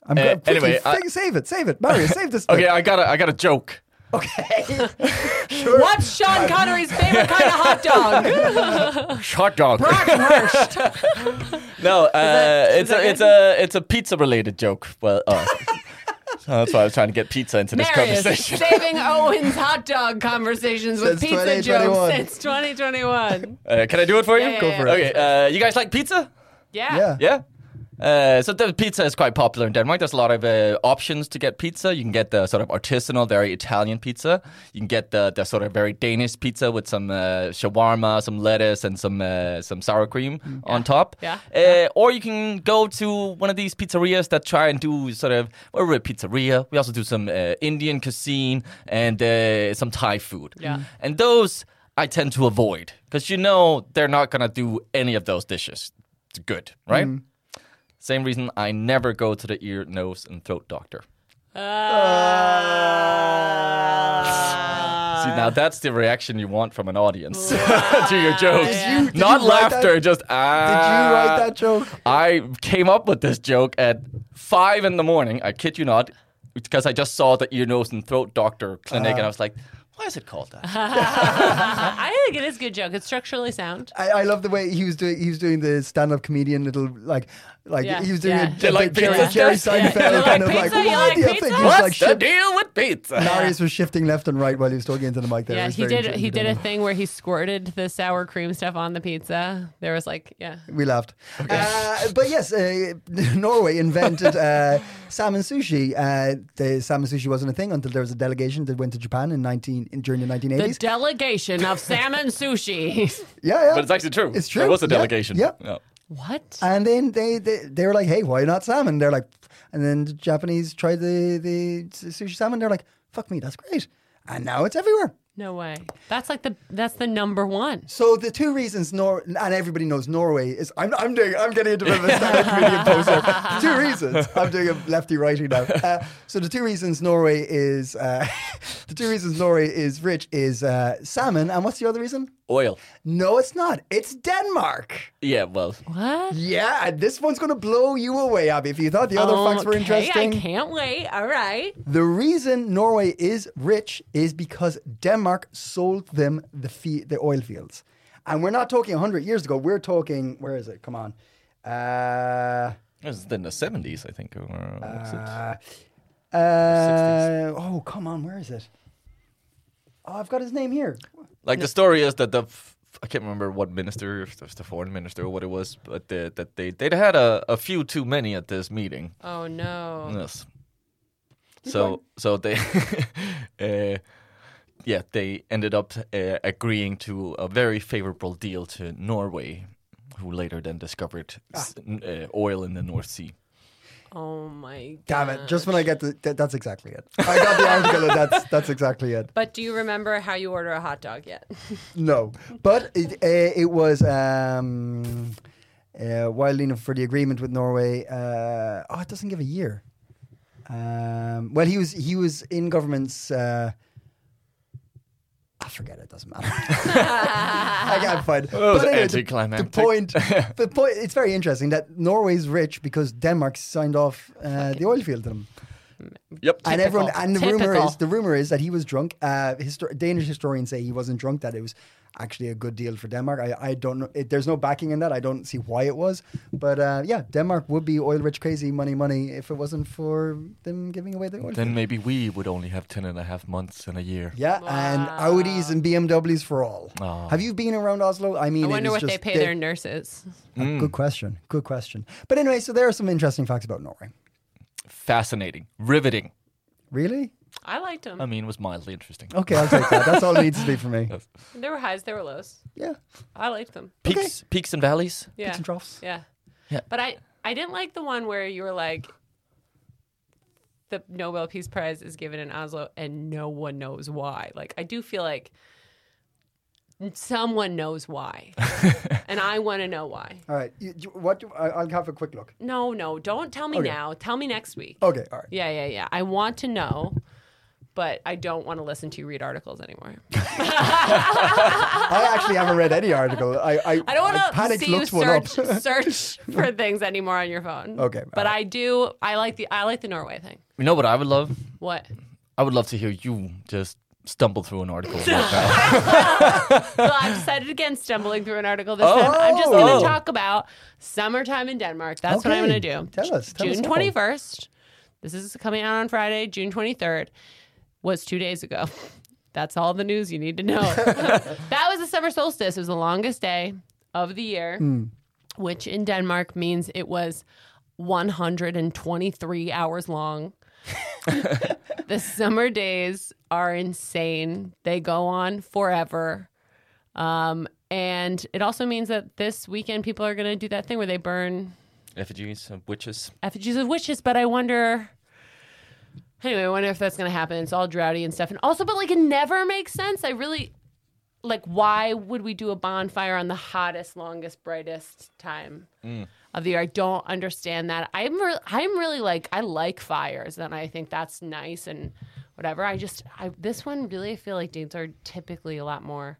I'm Uh, going to anyway, I- save it, save it, Mario, save [LAUGHS] this. okay, bit. I got a, I got a joke. okay. What's Sean Connery's favorite kind of hot [LAUGHS] dog? Hot dog. [LAUGHS] [LAUGHS] no, uh, is it's that a it's a it's a pizza related joke. Well, uh, [LAUGHS] so that's why I was trying to get pizza into this Marius, conversation. saving Owen's hot dog conversations with Since pizza 2021. jokes since 2021. Uh, can I do it for you? Yeah, yeah, Go yeah. for it. Okay, uh, you guys like pizza? Yeah. Yeah. Yeah. Uh, so the pizza is quite popular in Denmark. There's a lot of uh, options to get pizza. You can get the sort of artisanal, very Italian pizza. You can get the, the sort of very Danish pizza with some uh, shawarma, some lettuce, and some uh, some sour cream on top. Yeah. Uh, Or you can go to one of these pizzerias that try and do sort of well, we're a pizzeria. We also do some uh, Indian cuisine and uh, some Thai food. Yeah. And those I tend to avoid because you know they're not gonna do any of those dishes good, right? Mm-hmm. Same reason I never go to the ear, nose, and throat doctor. See, Uh, [LAUGHS] Uh. now that's the reaction you want from an audience to your jokes. you- did Not you write laughter, that? just ah. Did you write that joke? I came up with this joke at five in the morning. I kid you not, because I just saw the ear, nose, and throat doctor clinic, Uh-huh. and I was like, why is it called that? I think it is a good joke. It's structurally sound. I, I love the way he was doing. He was doing the stand-up comedian little like, like Yeah, he was doing yeah. a, They a like bit Jerry, pizza Jerry stuff? Seinfeld Yeah. [LAUGHS] They kind like of like. pizza? You "What do like you think?" pizza? He was What's like, the shif- deal with pizza? Marius was shifting left and right while he was talking into the mic. There, It Yeah, was he very did. inter- He did a entertaining. thing where he squirted the sour cream stuff on the pizza. There was like, yeah, We laughed. Uh, but yes, uh, [LAUGHS] Norway invented uh, [LAUGHS] salmon sushi. Uh, the salmon sushi wasn't a thing until there was a delegation that went to Japan in 19 in, during the the 1980s. delegation of salmon sushi. yeah, yeah. But it's actually true. It's true. There was a Yeah, delegation. yeah. [LAUGHS] what? And then they, they they were like, "Hey, why not salmon?" They're like, and then the Japanese tried the the sushi salmon. They're like, "Fuck me, that's great!" And now it's everywhere. no way. That's like the that's the number one. So the two reasons, Nor and everybody knows Norway is. I'm, I'm doing. I'm getting into a bit of a stand-up [LAUGHS] comedian pose here. The two reasons. I'm doing a lefty righty now. Uh, so the two reasons Norway is uh, [LAUGHS] the two reasons Norway is rich is uh, salmon, and what's the other reason? Oil. No, it's not. It's Denmark. Yeah, well, What? Yeah, and this one's going to blow you away, Abby. If you thought the other facts were Okay, interesting, I can't wait. All right. The reason Norway is rich is because Denmark sold them the fee- the oil fields. And we're not talking 100 years ago. We're talking, where is it? Come on. Uh, it was in the 70s, I think. Or, was it? uh, uh, oh, come on. Where is it? Oh, I've got his name here. Like the story is that the f- I can't remember what minister, if it was the foreign minister or what it was, but they, that they they had a, a few too many at this meeting. Oh no. Yes. So so they, [LAUGHS] uh, yeah, they ended up uh, agreeing to a very favorable deal to Norway, who later then discovered s- n- uh, oil in the North Sea. Oh my god. Damn it! Just when I get the, th- that's exactly it. I got the article. and that's that's exactly it. But do you remember how you order a hot [LAUGHS] dog yet? No, but it uh, it was um, uh, while leaning for the agreement with Norway. Uh, oh, it doesn't give a year. Um, well, he was he was in government's. Uh, I forget it doesn't matter. [LAUGHS] I can't find. Well, it was But anyway, the- anticlimactic. The [LAUGHS] point, the point. It's very interesting that Norway's rich because Denmark signed off uh, the oil field to them. Yep. And everyone, Typical. and the rumor Typical. is the rumor is that he was drunk. Uh, histor- Danish historians say he wasn't drunk; that it was actually a good deal for Denmark. I, I don't know. It, there's no backing in that. I don't see why it was, but uh, yeah, Denmark would be oil rich, crazy, money, money if it wasn't for them giving away their oil. Then maybe we would only have ten and a half months in a year. yeah, and Audis and BMWs for all. Ah. Have you been around Oslo? I mean, I it wonder is what they just- Uh, pay their nurses. Good question. Good question. But anyway, so there are some interesting facts about Norway. Fascinating, riveting. Really? I liked Um, them. I mean, it was mildly interesting. Okay, I'll take that. That's all it needs to be for me. there were highs, there were lows. Yeah. I liked them. Peaks, peaks and valleys. Yeah. and troughs. Yeah. Yeah. But I I didn't like the one where you were like the Nobel Peace Prize is given in Oslo and no one knows why. Like I do feel like someone knows [LAUGHS] why. and I want to know why. All right. You, you- what? do- I, I'll have a quick look. No, no, don't tell me now. Tell me next week. Okay. All right. Yeah, yeah, yeah. I want to know, but I don't want to listen to you read articles anymore. I actually haven't read any article. I I, I don't want to panicked see you looked one up. search search for things anymore on your phone. Okay, But alright. I do I like the I like the Norway thing. You know what I would love? What? I would love to hear you just stumble through an article. right now. well, I've decided against stumbling through an article this time. I'm just going to talk about summertime in Denmark. That's what I'm Okay. going to do. Tell us, tell us June all. 21st. This is coming out on Friday, June 23rd. Was two days ago. [LAUGHS] That's all the news you need to [LAUGHS] know. that was the summer solstice. It was the longest day of the year, Hmm. which in Denmark means it was 123 [LAUGHS] hours long. the summer days are insane. They go on forever. Um, and it also means that this weekend people are going to do that thing where they burn Effigies of witches. effigies of witches, but I wonder. Anyway, I wonder if that's going to happen. It's all droughty and stuff. And also, but like it never makes sense. I really. Like, why would we do a bonfire on the hottest, longest, brightest time of the year? I don't understand that. I'm re- I'm really like I like fires, and I think that's nice and whatever. I just I this one really I feel like dates are typically a lot more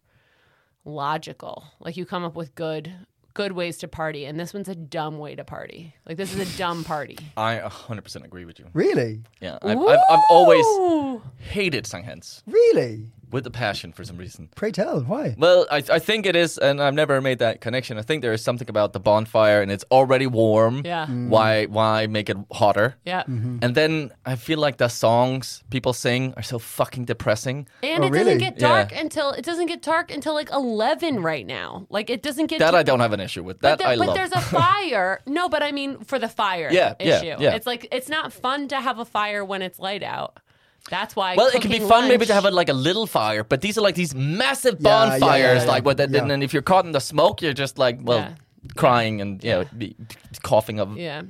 logical. Like you come up with good good ways to party, and this one's a dumb way to party. Like this is a dumb party. I 100% agree with you. [LAUGHS] Really, Yeah, I've, I've, I've always Ooh. hated Sanghens really. with a passion for some reason. Pray tell why. Well, I, I think it is, and I've never made that connection. I think there is something about the bonfire, and it's already warm. Yeah. Mm. Why? Why make it hotter? yeah, Mm. And then I feel like the songs people sing are so fucking depressing. and Oh, it really? doesn't get Yeah. dark until it doesn't get dark until like eleven right now. Like it doesn't get That to- I don't have an issue with. That but, there- I but love. [LAUGHS] there's a fire. no, but I mean for the fire Yeah, yeah, issue. yeah. It's like it's not fun to have a fire when it's light out. That's why. Well, it can be cooking fun maybe to have a, lunch- like a little fire, but these are like these massive Yeah, yeah, bonfires, yeah, yeah. like what. Yeah. And then if you're caught in the smoke, you're just like well, Yeah. crying and yeah, be- coughing of Yeah.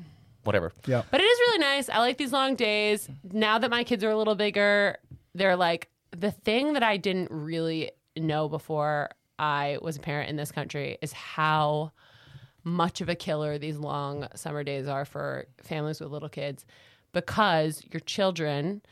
whatever. Yeah. But it is really nice. I like these long days. Now that my kids are a little bigger, they're like the thing that I didn't really know before I was a parent in this country is how much of a killer these long summer days are for families with little kids because your children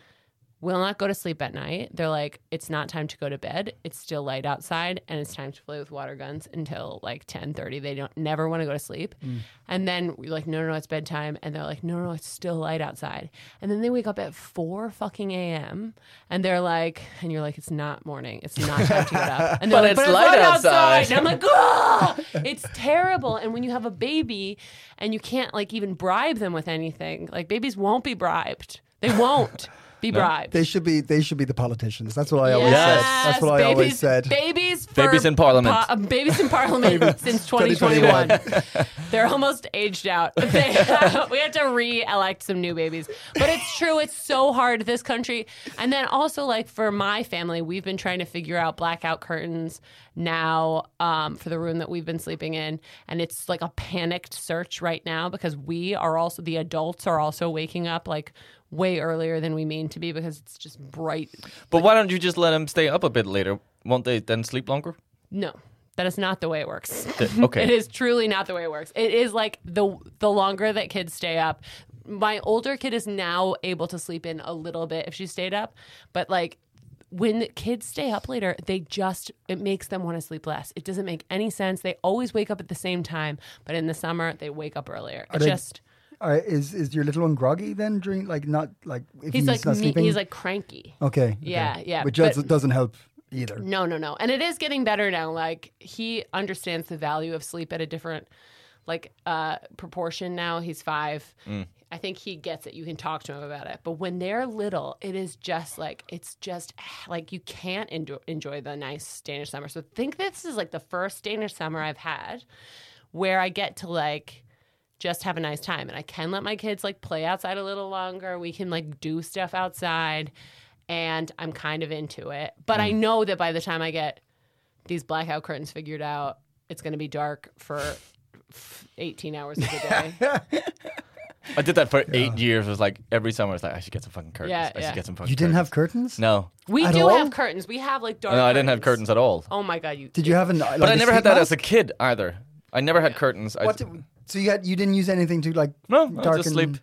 will not go to sleep at night. They're like, it's not time to go to bed. It's still light outside, and it's time to play with water guns until like ten thirty. They don't never want to go to sleep, Mm. and then we're like, no, no, no, it's bedtime, and they're like, no, no, no, it's still light outside, and then they wake up at four fucking a.m. and they're like, and you're like, it's not morning, it's not time to get [LAUGHS] up, and they're But like, it's light outside. and I'm like, ah, it's terrible. And when you have a baby and you can't like even bribe them with anything, like babies won't be bribed. They won't be bribed. They should be. They should be the politicians. That's what I always said. That's what I babies, always said. Babies for Babies in Parliament. pa- uh, babies [LAUGHS] in Parliament since 2021. [LAUGHS] They're almost aged out. [LAUGHS] They, uh, we had to re-elect some new babies, but it's true. It's so hard this country, and then also like for my family, we've been trying to figure out blackout curtains now um, for the room that we've been sleeping in, and it's like a panicked search right now because we are also the adults are also waking up like way earlier than we mean to be because it's just bright. But why don't you just let them stay up a bit later? Won't they then sleep longer? No. That is not the way it works. okay. [LAUGHS] It is truly not the way it works. It is like the the longer that kids stay up. My older kid is now able to sleep in a little bit if she stayed up, but like when kids stay up later, they just it makes them want to sleep less. It doesn't make any sense. They always wake up at the same time, but in the summer they wake up earlier. It they- just All right, is is your little one groggy then during like not like if he's, he's like not me- sleeping? he's like cranky. okay, Yeah, okay. yeah, which but- does, doesn't help either. No, no, no. And it is getting better now. Like he understands the value of sleep at a different like uh proportion now. He's 5. I think he gets it. You can talk to him about it. But when they're little, it is just like it's just [SIGHS] like you can't enjoy, enjoy the nice Danish summer. So think this is like the first Danish summer I've had where I get to like just have a nice time and I can let my kids like play outside a little longer. We can like do stuff outside and I'm kind of into it. But Mm. I know that by the time I get these blackout curtains figured out, it's going to be dark for f- 18 hours of the day. [LAUGHS] I did that for eight years. It was like every summer, it's like, I should get some fucking curtains. Yeah, I yeah. should get some fucking You didn't have curtains. curtains? No. We At do all? have curtains. We have like dark No, I didn't have curtains at all. Oh my god, you Did you have an? But I never had that as a kid either. I never had curtains. I, What did- so you had you didn't use anything to like no, I darken- just sleep.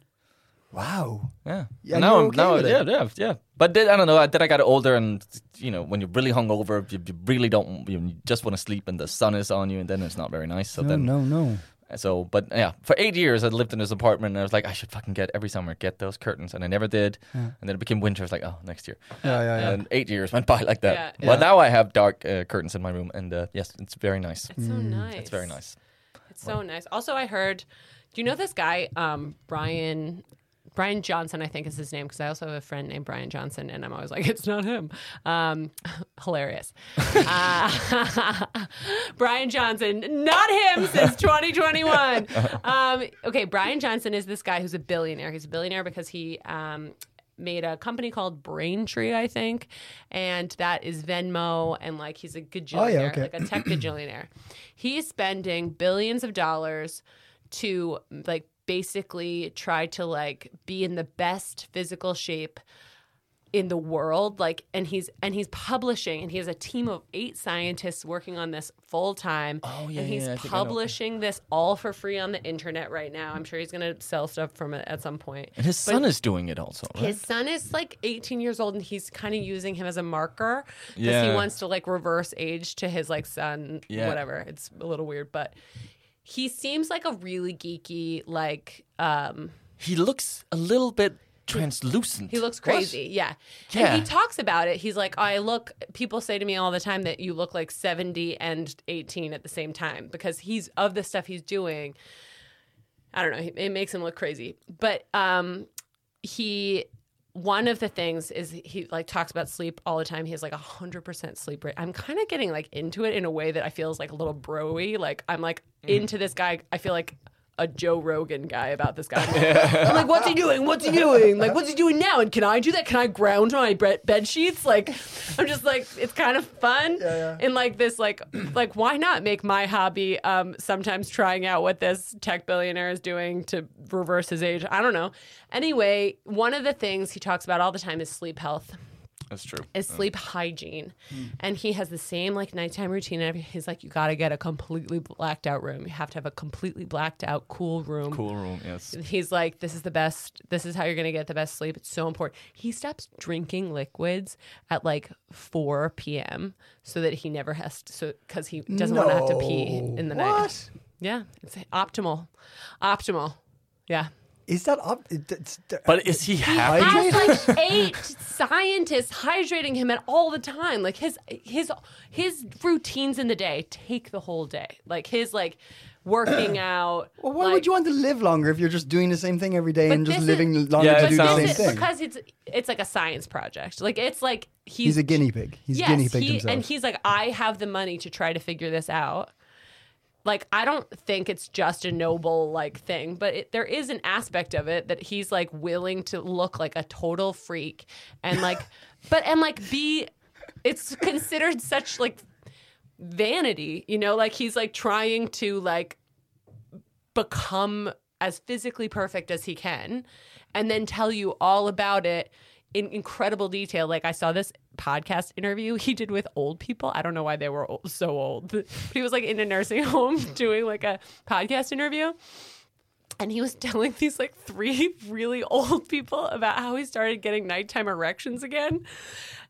Wow. Yeah. Yeah, now you're I'm okay now with yeah, it. yeah, yeah. But then I don't know, I- then I got older and you know, when you're really hungover, you, you really don't you just want to sleep and the sun is on you and then it's not very nice. So No, then no, no. so but yeah, for 8 years I lived in this apartment and I was like I should fucking get every summer get those curtains and I never did. And then it became winter. I was like, oh, next year. Yeah, yeah, yeah. And 8 years went by like that. Yeah, Well, now I have dark uh, curtains in my room and uh, yes, it's very nice. It's so nice. It's Mm, very nice. It's so nice. Also, I heard. Do you know this guy, um, Brian? Brian Johnson, I think is his name, because I also have a friend named Brian Johnson, and I'm always like, [LAUGHS] it's not him. Um, [LAUGHS] hilarious. Uh, [LAUGHS] Brian Johnson, not him since 2021. Um, okay, Brian Johnson is this guy who's a billionaire. He's a billionaire because he um, made a company called Braintree, I think, and that is Venmo, and like he's a gajillionaire, okay. like [CLEARS THROAT] a tech gajillionaire. He's spending billions of dollars to like basically try to like be in the best physical shape in the world like and he's and he's publishing and he has a team of eight scientists working on this full time oh yeah, and he's yeah, I think I know. publishing this all for free on the internet right now i'm sure he's going to sell stuff from it at some point And his son is doing it also, right? his son is like 18 years old and he's kind of using him as a marker because Yeah. he wants to like reverse age to his like son, Yeah. whatever. It's a little weird, but he seems like a really geeky, like, um, He looks a little bit translucent. he looks What? crazy. Yeah. Yeah. And he talks about it. He's like, I look, people say to me all the time that you look like 70 and 18 at the same time because he's of the stuff he's doing. I don't know. he- It makes him look crazy. But um, he, one of the things is he like talks about sleep all the time. He has like a hundred percent sleep rate. I'm kind of getting like into it in a way that I feel is like a little broy. Like I'm like into this guy. I feel like a Joe Rogan guy about this guy. I'm like, what's he doing? What's he doing? Like, what's he doing now? And can I do that? Can I ground my bre- bed sheets? Like, I'm just like, it's kind of fun. And like this, like, [CLEARS THROAT] like why not make my hobby um, sometimes trying out what this tech billionaire is doing to reverse his age? I don't know. Anyway, one of the things he talks about all the time is sleep health That's true. is sleep hygiene. And he has the same like nighttime routine. and every- He's like, you got to get a completely blacked out room. You have to have a completely blacked out cool room. Cool room, yes. He's like, this is the best. This is how you're going to get the best sleep. It's so important. He stops drinking liquids at like 4 p.m. so that he never has to, so because he doesn't want to have to pee No. in the What? night. Yeah, it's optimal. Optimal. Yeah. Is that up? It, it's, But is he happy? I- has like [LAUGHS] eight scientists hydrating him at all the time. Like his his his routines in the day take the whole day. Like his like [CLEARS THROAT] working out. Well, why like- would you want to live longer if you're just doing the same thing every day But and just this is- living longer to Yeah, it But do the sounds- same this is thing? because it's it's like a science project. Like it's like he's, he's a guinea pig. He's yes, guinea pig he, himself. and he's like, I have the money to try to figure this out. Like, I don't think it's just a noble like thing, but it, there is an aspect of it that he's like willing to look like a total freak [LAUGHS] and like, but and like be, it's considered such like vanity, you know, like he's like trying to like become as physically perfect as he can and then tell you all about it in incredible detail. Like I saw this podcast interview he did with old people. I don't know why they were old, so old. But he was like in a nursing [LAUGHS] home doing like a podcast interview. And he was telling these like three really old people about how he started getting nighttime erections again.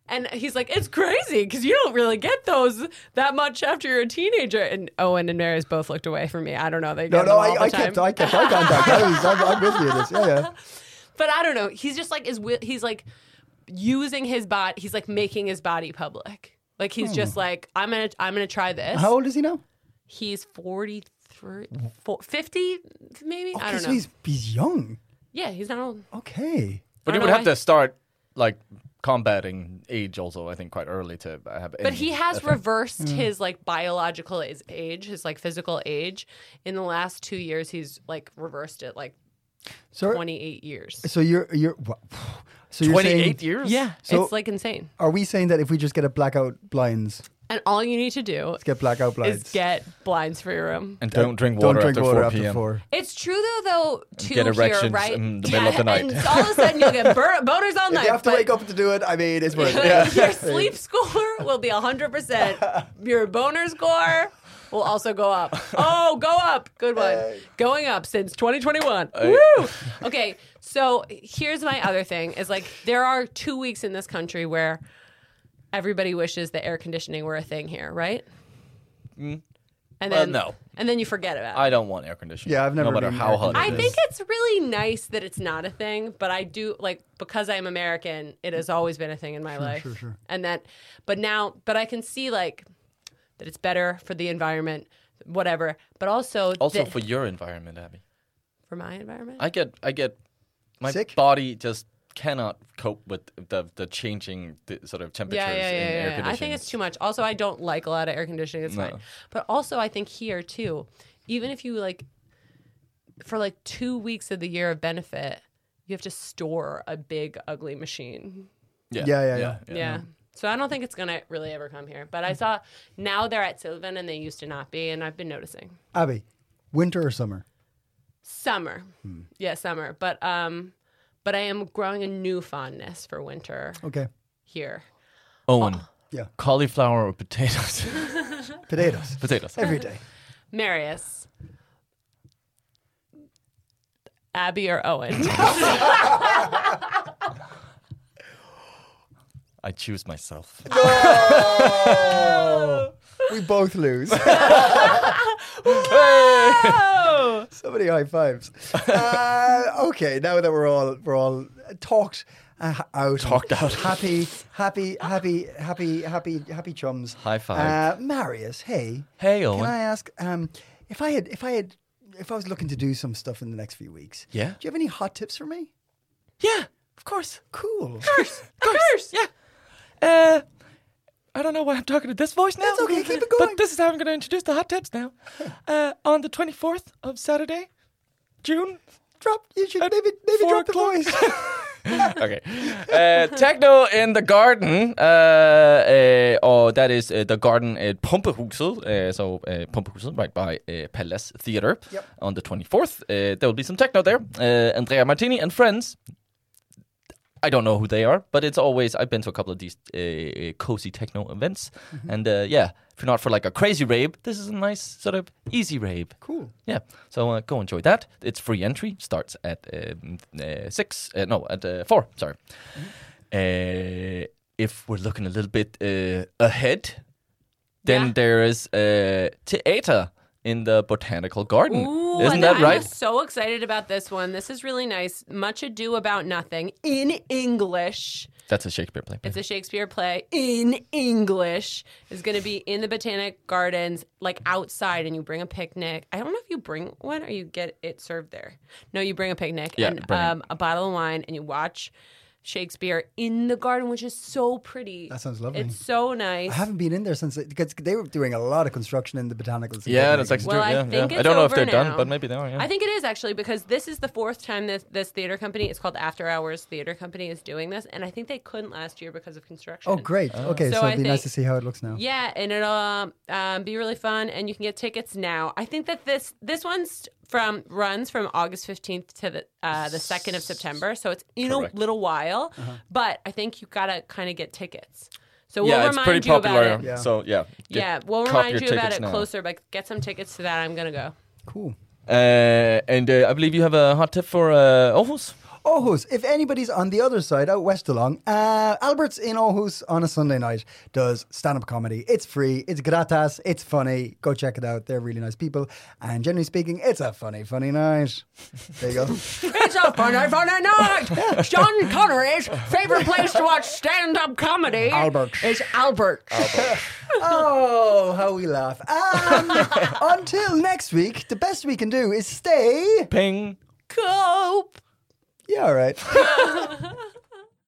And he's like, it's crazy because you don't really get those that much after you're a teenager. And Owen and Mary's both looked away from me. I don't know. They no, get no, them all I, I the time. kept, I kept eye contact. I was, I'm, I'm with you. in This, yeah, [LAUGHS] yeah. But I don't know. He's just like is wi- he's like using his body. He's like making his body public. Like he's just like I'm gonna I'm gonna try this. Hmm. How old is he now? He's 43, four- 50 maybe. I Okay, don't so know. Oh, he's he's young. yeah, he's not old. Okay. But I you don't would know have why- to start like combating age also. I think quite early to have. But he has reversed Hmm. his like biological is- age, his like physical age. In the last two years, he's like reversed it like So 28 years. so you're you're wha- so you're twenty saying eight years. Yeah, So- it's like insane. are we saying that if we just get a blackout blinds, And all you need to do get blackout blinds, is get blinds for your room. And don't drink don't water drink after water 4 after p.m. [LAUGHS] four. It's true though, though. Too get here, erections right? in the middle of the Yeah, night. and all of a sudden you'll [LAUGHS] get bur- boners all night. You have to but- wake up to do it. I mean, it's worth it. [LAUGHS] your sleep score will [LAUGHS] be 100%. Your boner score will also go up. Oh, go up. Good one. Going up since 2021. [LAUGHS] Woo! Okay, so here's my other thing is like there are two weeks in this country where everybody wishes that air conditioning were a thing here, right? Mm. And Well, then Uh, no. And then you forget about it. I don't want air conditioning. Yeah, I've never No matter been how air hot. I it is. think it's really nice that it's not a thing, but I do like because I'm American, it has always been a thing in my life. sure, sure. And that but now but I can see like that it's better for the environment, whatever. But also also that- for your environment, Abby. for my environment. I get, I get, my Sick? body just cannot cope with the the changing the sort of temperatures yeah, yeah, yeah, in air yeah, yeah. conditioning. I think it's too much. Also, I don't like a lot of air conditioning. It's No. fine. But also, I think here too, even if you like, for like two weeks of the year of benefit, you have to store a big ugly machine. Yeah, yeah, Yeah. So I don't think it's gonna really ever come here. But I saw now they're at Sylvan and they used to not be, and I've been noticing. Abby, winter or summer? Summer. Hmm. Yeah, summer. But um but I am growing a new fondness for winter Oh. Okay. here. Owen, Yeah. cauliflower or potatoes? [LAUGHS] Potatoes potatoes. every day. Marius. Abby or Owen? I choose myself. Oh. We both [LAUGHS] lose. oh! so many high fives. Uh, okay, now that we're all we're all talked uh, out, Talked out. happy, happy, happy, happy, happy, happy chums. High five. uh, Marius. Hey, Hey, Can Owen. I ask um, if I had if I had if I was looking to do some stuff in the next few weeks? Yeah. Do you have any hot tips for me? [LAUGHS] yeah, of course. [LAUGHS] Cool. [LAUGHS] Of course. Yeah. Uh, I don't know why I'm talking to this voice now. That's okay, keep it going. But this is how I'm going to introduce the hot [LAUGHS] tips now. Uh, on the 24th of Saturday, [LAUGHS] June. drop. You should maybe maybe four drop the o'clock. [LAUGHS] voice. okay. Uh, techno in the garden. Uh, uh, or that is uh, the garden at Pumpehuset. Uh, so uh, Pumpehuset, right by uh, Palace Theater. Yep. On the 24th, uh, there will be some techno there. Uh, Andrea Martini and friends. I don't know who they are, but it's always I've been to a couple of these uh, cozy techno events, Mm-hmm. and uh, yeah, if you're not for like a crazy rave, this is a nice sort of easy rave. cool. Yeah, so uh, go enjoy that. It's free entry. Starts at um, uh, six. Uh, no, at uh, four. Sorry. Mm-hmm. Uh, if we're looking a little bit uh, ahead, then Yeah. there is uh, theater in the botanical garden. Ooh, Isn't and that I'm right? so excited about this one. This is really nice. Much ado about nothing in English. That's a Shakespeare play. It's a Shakespeare play in English. It's going to be in the Botanic Gardens, like outside, and you bring a picnic. I don't know if you bring one or you get it served there. No, you bring a picnic Yeah, and bring it. um, a bottle of wine, and you watch Shakespeare in the garden, which is so pretty. That sounds lovely. It's so nice. I haven't been in there since it- because they were doing a lot of construction in the botanicals. in yeah, Copenhagen. that's actually Well, I true. yeah, think yeah. I it's don't know if over they're done, now. but maybe they are. Yeah. I think it is actually because this is the fourth time this, this theater company, it's called After Hours Theater Company, is doing this. And I think they couldn't last year because of construction. Oh, great. okay, So so, I it'd be nice think- to see how it looks now. Yeah, and it'll um, um, be really fun, and you can get tickets now. I think that this this one's from runs from August fifteenth to the uh, the second of September, so it's in Correct. Uh-huh. a little while. But I think you gotta kind of get tickets. So we'll yeah, remind it's pretty you popular. about it. Yeah. So yeah, get- yeah, we'll cop your remind you about tickets it now. closer. But get some tickets to that. I'm gonna go. Cool. Uh, and uh, I believe you have a hot tip for uh, Aarhus. Aarhus, if anybody's on the other side, out west along, uh, Albert's in Aarhus on a Sunday night does stand up comedy. It's free, it's gratis, it's funny. Go check it out. They're really nice people. And generally speaking, it's a funny, funny night. There you [LAUGHS] go. It's a funny, funny [LAUGHS] night. John Connery's favorite place to watch stand-up comedy Albert's. is Albert. oh, how we laugh. [LAUGHS] Um, until next week, the best we can do is stay. Ping. Cope. Yeah, all right.